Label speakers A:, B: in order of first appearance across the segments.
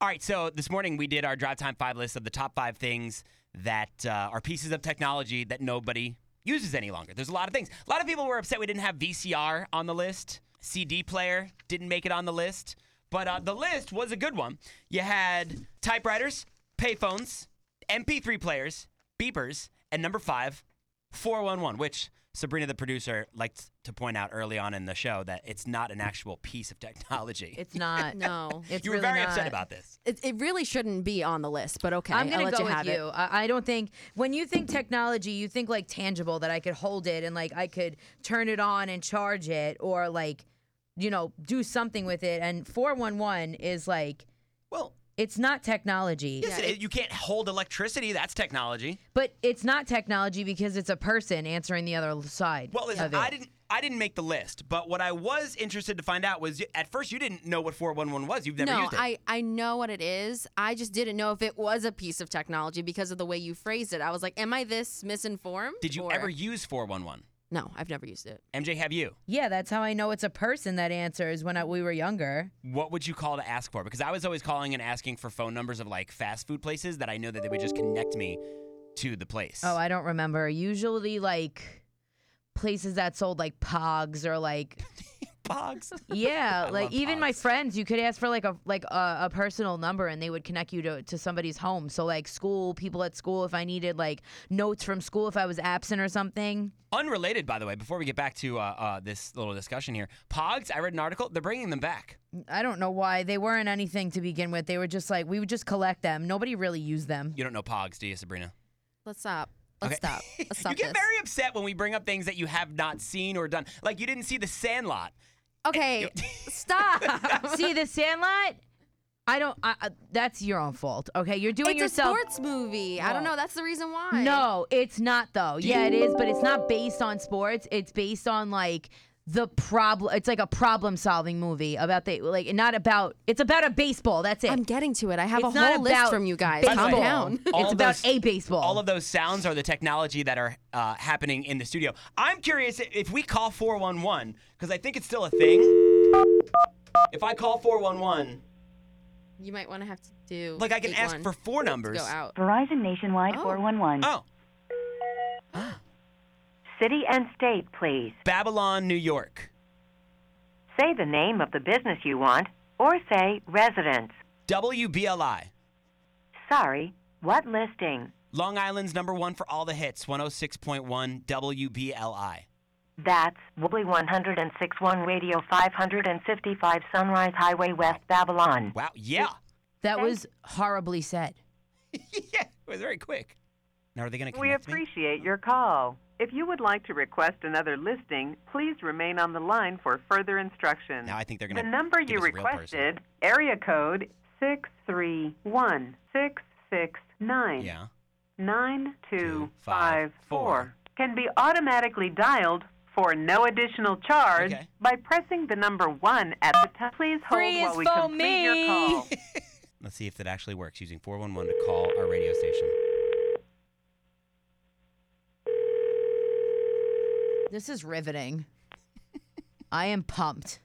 A: All right, so this morning we did our drive time five list of the top five things that uh, are pieces of technology that nobody uses any longer. There's a lot of things. A lot of people were upset we didn't have VCR on the list. CD player didn't make it on the list, but uh, the list was a good one. You had typewriters, payphones, MP3 players, beepers, and number five, 411, which Sabrina, the producer, liked to point out early on in the show that it's not an actual piece of technology.
B: It's not.
C: No.
B: It's
A: you were
B: really
A: very
B: not.
A: upset about this.
C: It, it really shouldn't be on the list, but okay.
B: I'm
C: I'll
B: gonna
C: let
B: go
C: you
B: with
C: have it.
B: you. I, I don't think when you think technology, you think like tangible that I could hold it and like I could turn it on and charge it or like, you know, do something with it. And four one one is like
A: Well,
B: it's not technology.
A: yes, it- you can't hold electricity. That's technology.
B: But it's not technology because it's a person answering the other side.
A: Well, listen,
B: of it.
A: I didn't. I didn't make the list, but what I was interested to find out was y- at first you didn't know what 411 was. You've never
C: no,
A: used it.
C: I, I know what it is. I just didn't know if it was a piece of technology because of the way you phrased it. I was like, am I this misinformed?
A: Did you
C: Or-
A: ever use 411?
C: No, I've never used it.
A: MJ, have you?
B: Yeah, that's how I know it's a person that answers when I, we were younger.
A: What would you call to ask for? Because I was always calling and asking for phone numbers of like fast food places that I know that they would just connect me to the place.
B: Oh, I don't remember. Usually, like places that sold like pogs or like
A: Pogs.
B: yeah,
A: I
B: like
A: love
B: even my
A: pogs.
B: friends, you could ask for like a like a, a personal number and they would connect you to to somebody's home. So like school people at school, if I needed like notes from school, if I was absent or something.
A: Unrelated, by the way. Before we get back to uh, uh, this little discussion here, Pogs. I read an article. They're bringing them back.
B: I don't know why they weren't anything to begin with. They were just like we would just collect them. Nobody really used them.
A: You don't know Pogs, do you, Sabrina?
C: Let's stop. Let's
A: Okay.
C: stop. Let's stop
A: you get
C: this.
A: very upset when we bring up things that you have not seen or done. Like you didn't see The Sandlot.
C: okay, stop.
B: See the Sandlot. I don't. I, I, that's your own fault. Okay, you're doing
C: it's
B: yourself.
C: a sports movie. I don't know. That's the reason why.
B: No, it's not though. Yeah, it is, but it's not based on sports. It's based on like the problem. It's like a problem-solving movie about the like not about. It's about a baseball. That's it.
C: I'm getting to it. I have
B: it's
C: a
B: not
C: whole list
B: about
C: from you guys.
B: baseball.
C: Calm down.
A: All
B: it's about
A: those-
B: a baseball.
A: All of those sounds are the technology that are uh, happening in the studio. I'm curious i- if we call 411 because I think it's still a thing. If I call 411,
C: You might want to have to do.
A: like I can
C: eight
A: ask
C: one
A: for four
C: to
A: numbers.
C: go out.
D: Verizon Nationwide
C: Oh.
D: 411.
A: Oh,
D: City and state, please.
A: Babylon, New York,
D: Say the name of the business you want or say residence.
A: WBLI,
D: Sorry, what listing?
A: Long Island's number one oh for all the hits, 106.1 WBLI.
D: That's Wobbly 1061 Radio 555 Sunrise Highway West Babylon.
A: Wow, yeah,
B: that was horribly said.
A: yeah, it was very quick. Now are they going to
E: We
A: connect me?
E: appreciate your call. If you would like to request another listing, please remain on the line for further instructions.
A: Now I think they're going
E: The
A: to
E: number you requested, area code six three one six six nine.
A: Yeah.
E: 9254 can be automatically dialed for no additional charge
A: Okay.
E: by pressing the number 1 at the time. Please hold
B: Free is
E: while we
B: for
E: complete
B: me.
E: your call.
A: Let's see if that actually works using 411 to call our radio station.
B: This is riveting. I am pumped.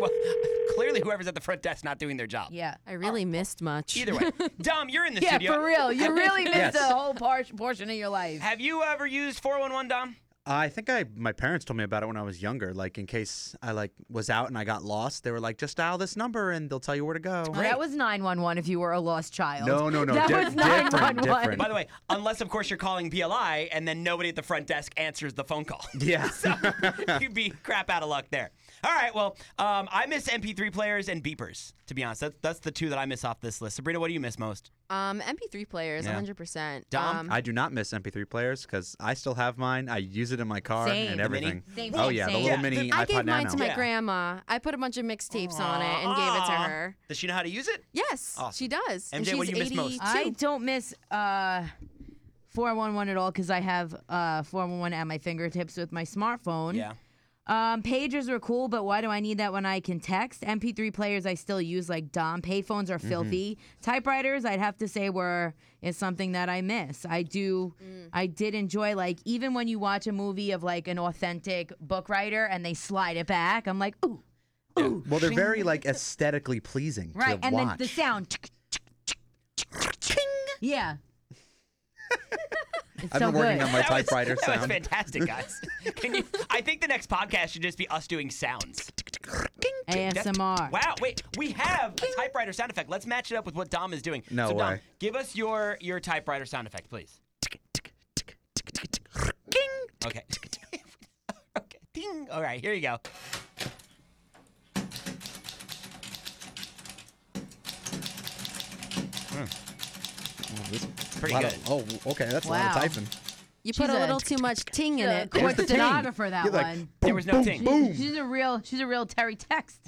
A: Well, clearly whoever's at the front desk not doing their job.
B: Yeah.
C: I really missed much.
A: Either way, Dom, you're in the
B: Yeah,
A: studio.
B: for real. You really missed
F: Yes.
B: a whole par- portion of your life.
A: Have you ever used 411, Dom?
F: I think I my parents told me about it when I was younger. Like in case I like was out and I got lost, they were like, just dial this number and they'll tell you where to go.
B: Well, that was 911 if you were a lost child.
F: No, no, no.
B: That
F: di-
B: was
F: different,
B: 911.
F: different.
A: By the way, unless of course you're calling BLI and then nobody at the front desk answers the phone call.
F: Yeah.
A: so you'd be crap out of luck there. All right, well, um, I miss MP3 players and beepers, to be honest. That's, that's the two that I miss off this list. Sabrina, what do you miss most?
C: Um, MP3 players,
A: Yeah.
C: 100%.
A: Dom?
C: Um,
F: I do not miss MP3 players because I still have mine. I use it in my car
B: Same.
F: and
B: The
A: mini?
F: everything.
B: Same,
F: oh
B: same,
F: yeah, the
B: same.
F: little
A: Yeah,
F: mini
C: I
F: iPod
C: gave mine
F: Nano.
C: to my
A: Yeah.
C: grandma. I put a bunch of mixtapes on it and gave it to
A: Aw.
C: her.
A: Does she know how to use it?
C: Yes,
A: Awesome.
C: she does. and
A: MJ,
C: she's
A: what do you miss
C: 82.
A: most?
B: I don't miss uh, 411 at all because I have uh, 411 at my fingertips with my smartphone.
A: Yeah.
B: Um, pagers are cool, but why do I need that when I can text? MP3 players I still use like Dom. Payphones are filthy. Typewriters I'd have to say were is something that I miss. I do, I did enjoy like even when you watch a movie of like an authentic book writer and they slide it back. I'm like, ooh,
F: Ooh, well, they're very like aesthetically pleasing
B: Right,
F: to
B: and
F: watch.
B: the, the sound. Yeah. it's
F: I've
B: so
F: been working
B: good.
F: on my
A: That was-
F: typewriter
A: that was
F: sound.
A: fantastic, guys. Can you? I think the next podcast should just be us doing sounds. That-
B: ASMR.
A: Wow, wait, we have a typewriter sound effect. Let's match it up with what Dom is doing.
F: No
A: so Dom,
F: way.
A: give us your your typewriter sound effect, please. Okay. okay. Ding. All right, here you go. Pretty
F: Wow,
A: good.
F: oh, okay, that's a lot of
B: Wow.
F: typing.
C: You put
B: She's
C: a
B: a-
C: little too much ting
B: She's
C: in
B: a
C: it.
B: quick
F: the ting.
B: stenographer that
F: You're like,
B: one.
A: There was no ting.
B: She's a real she's a real Terry text.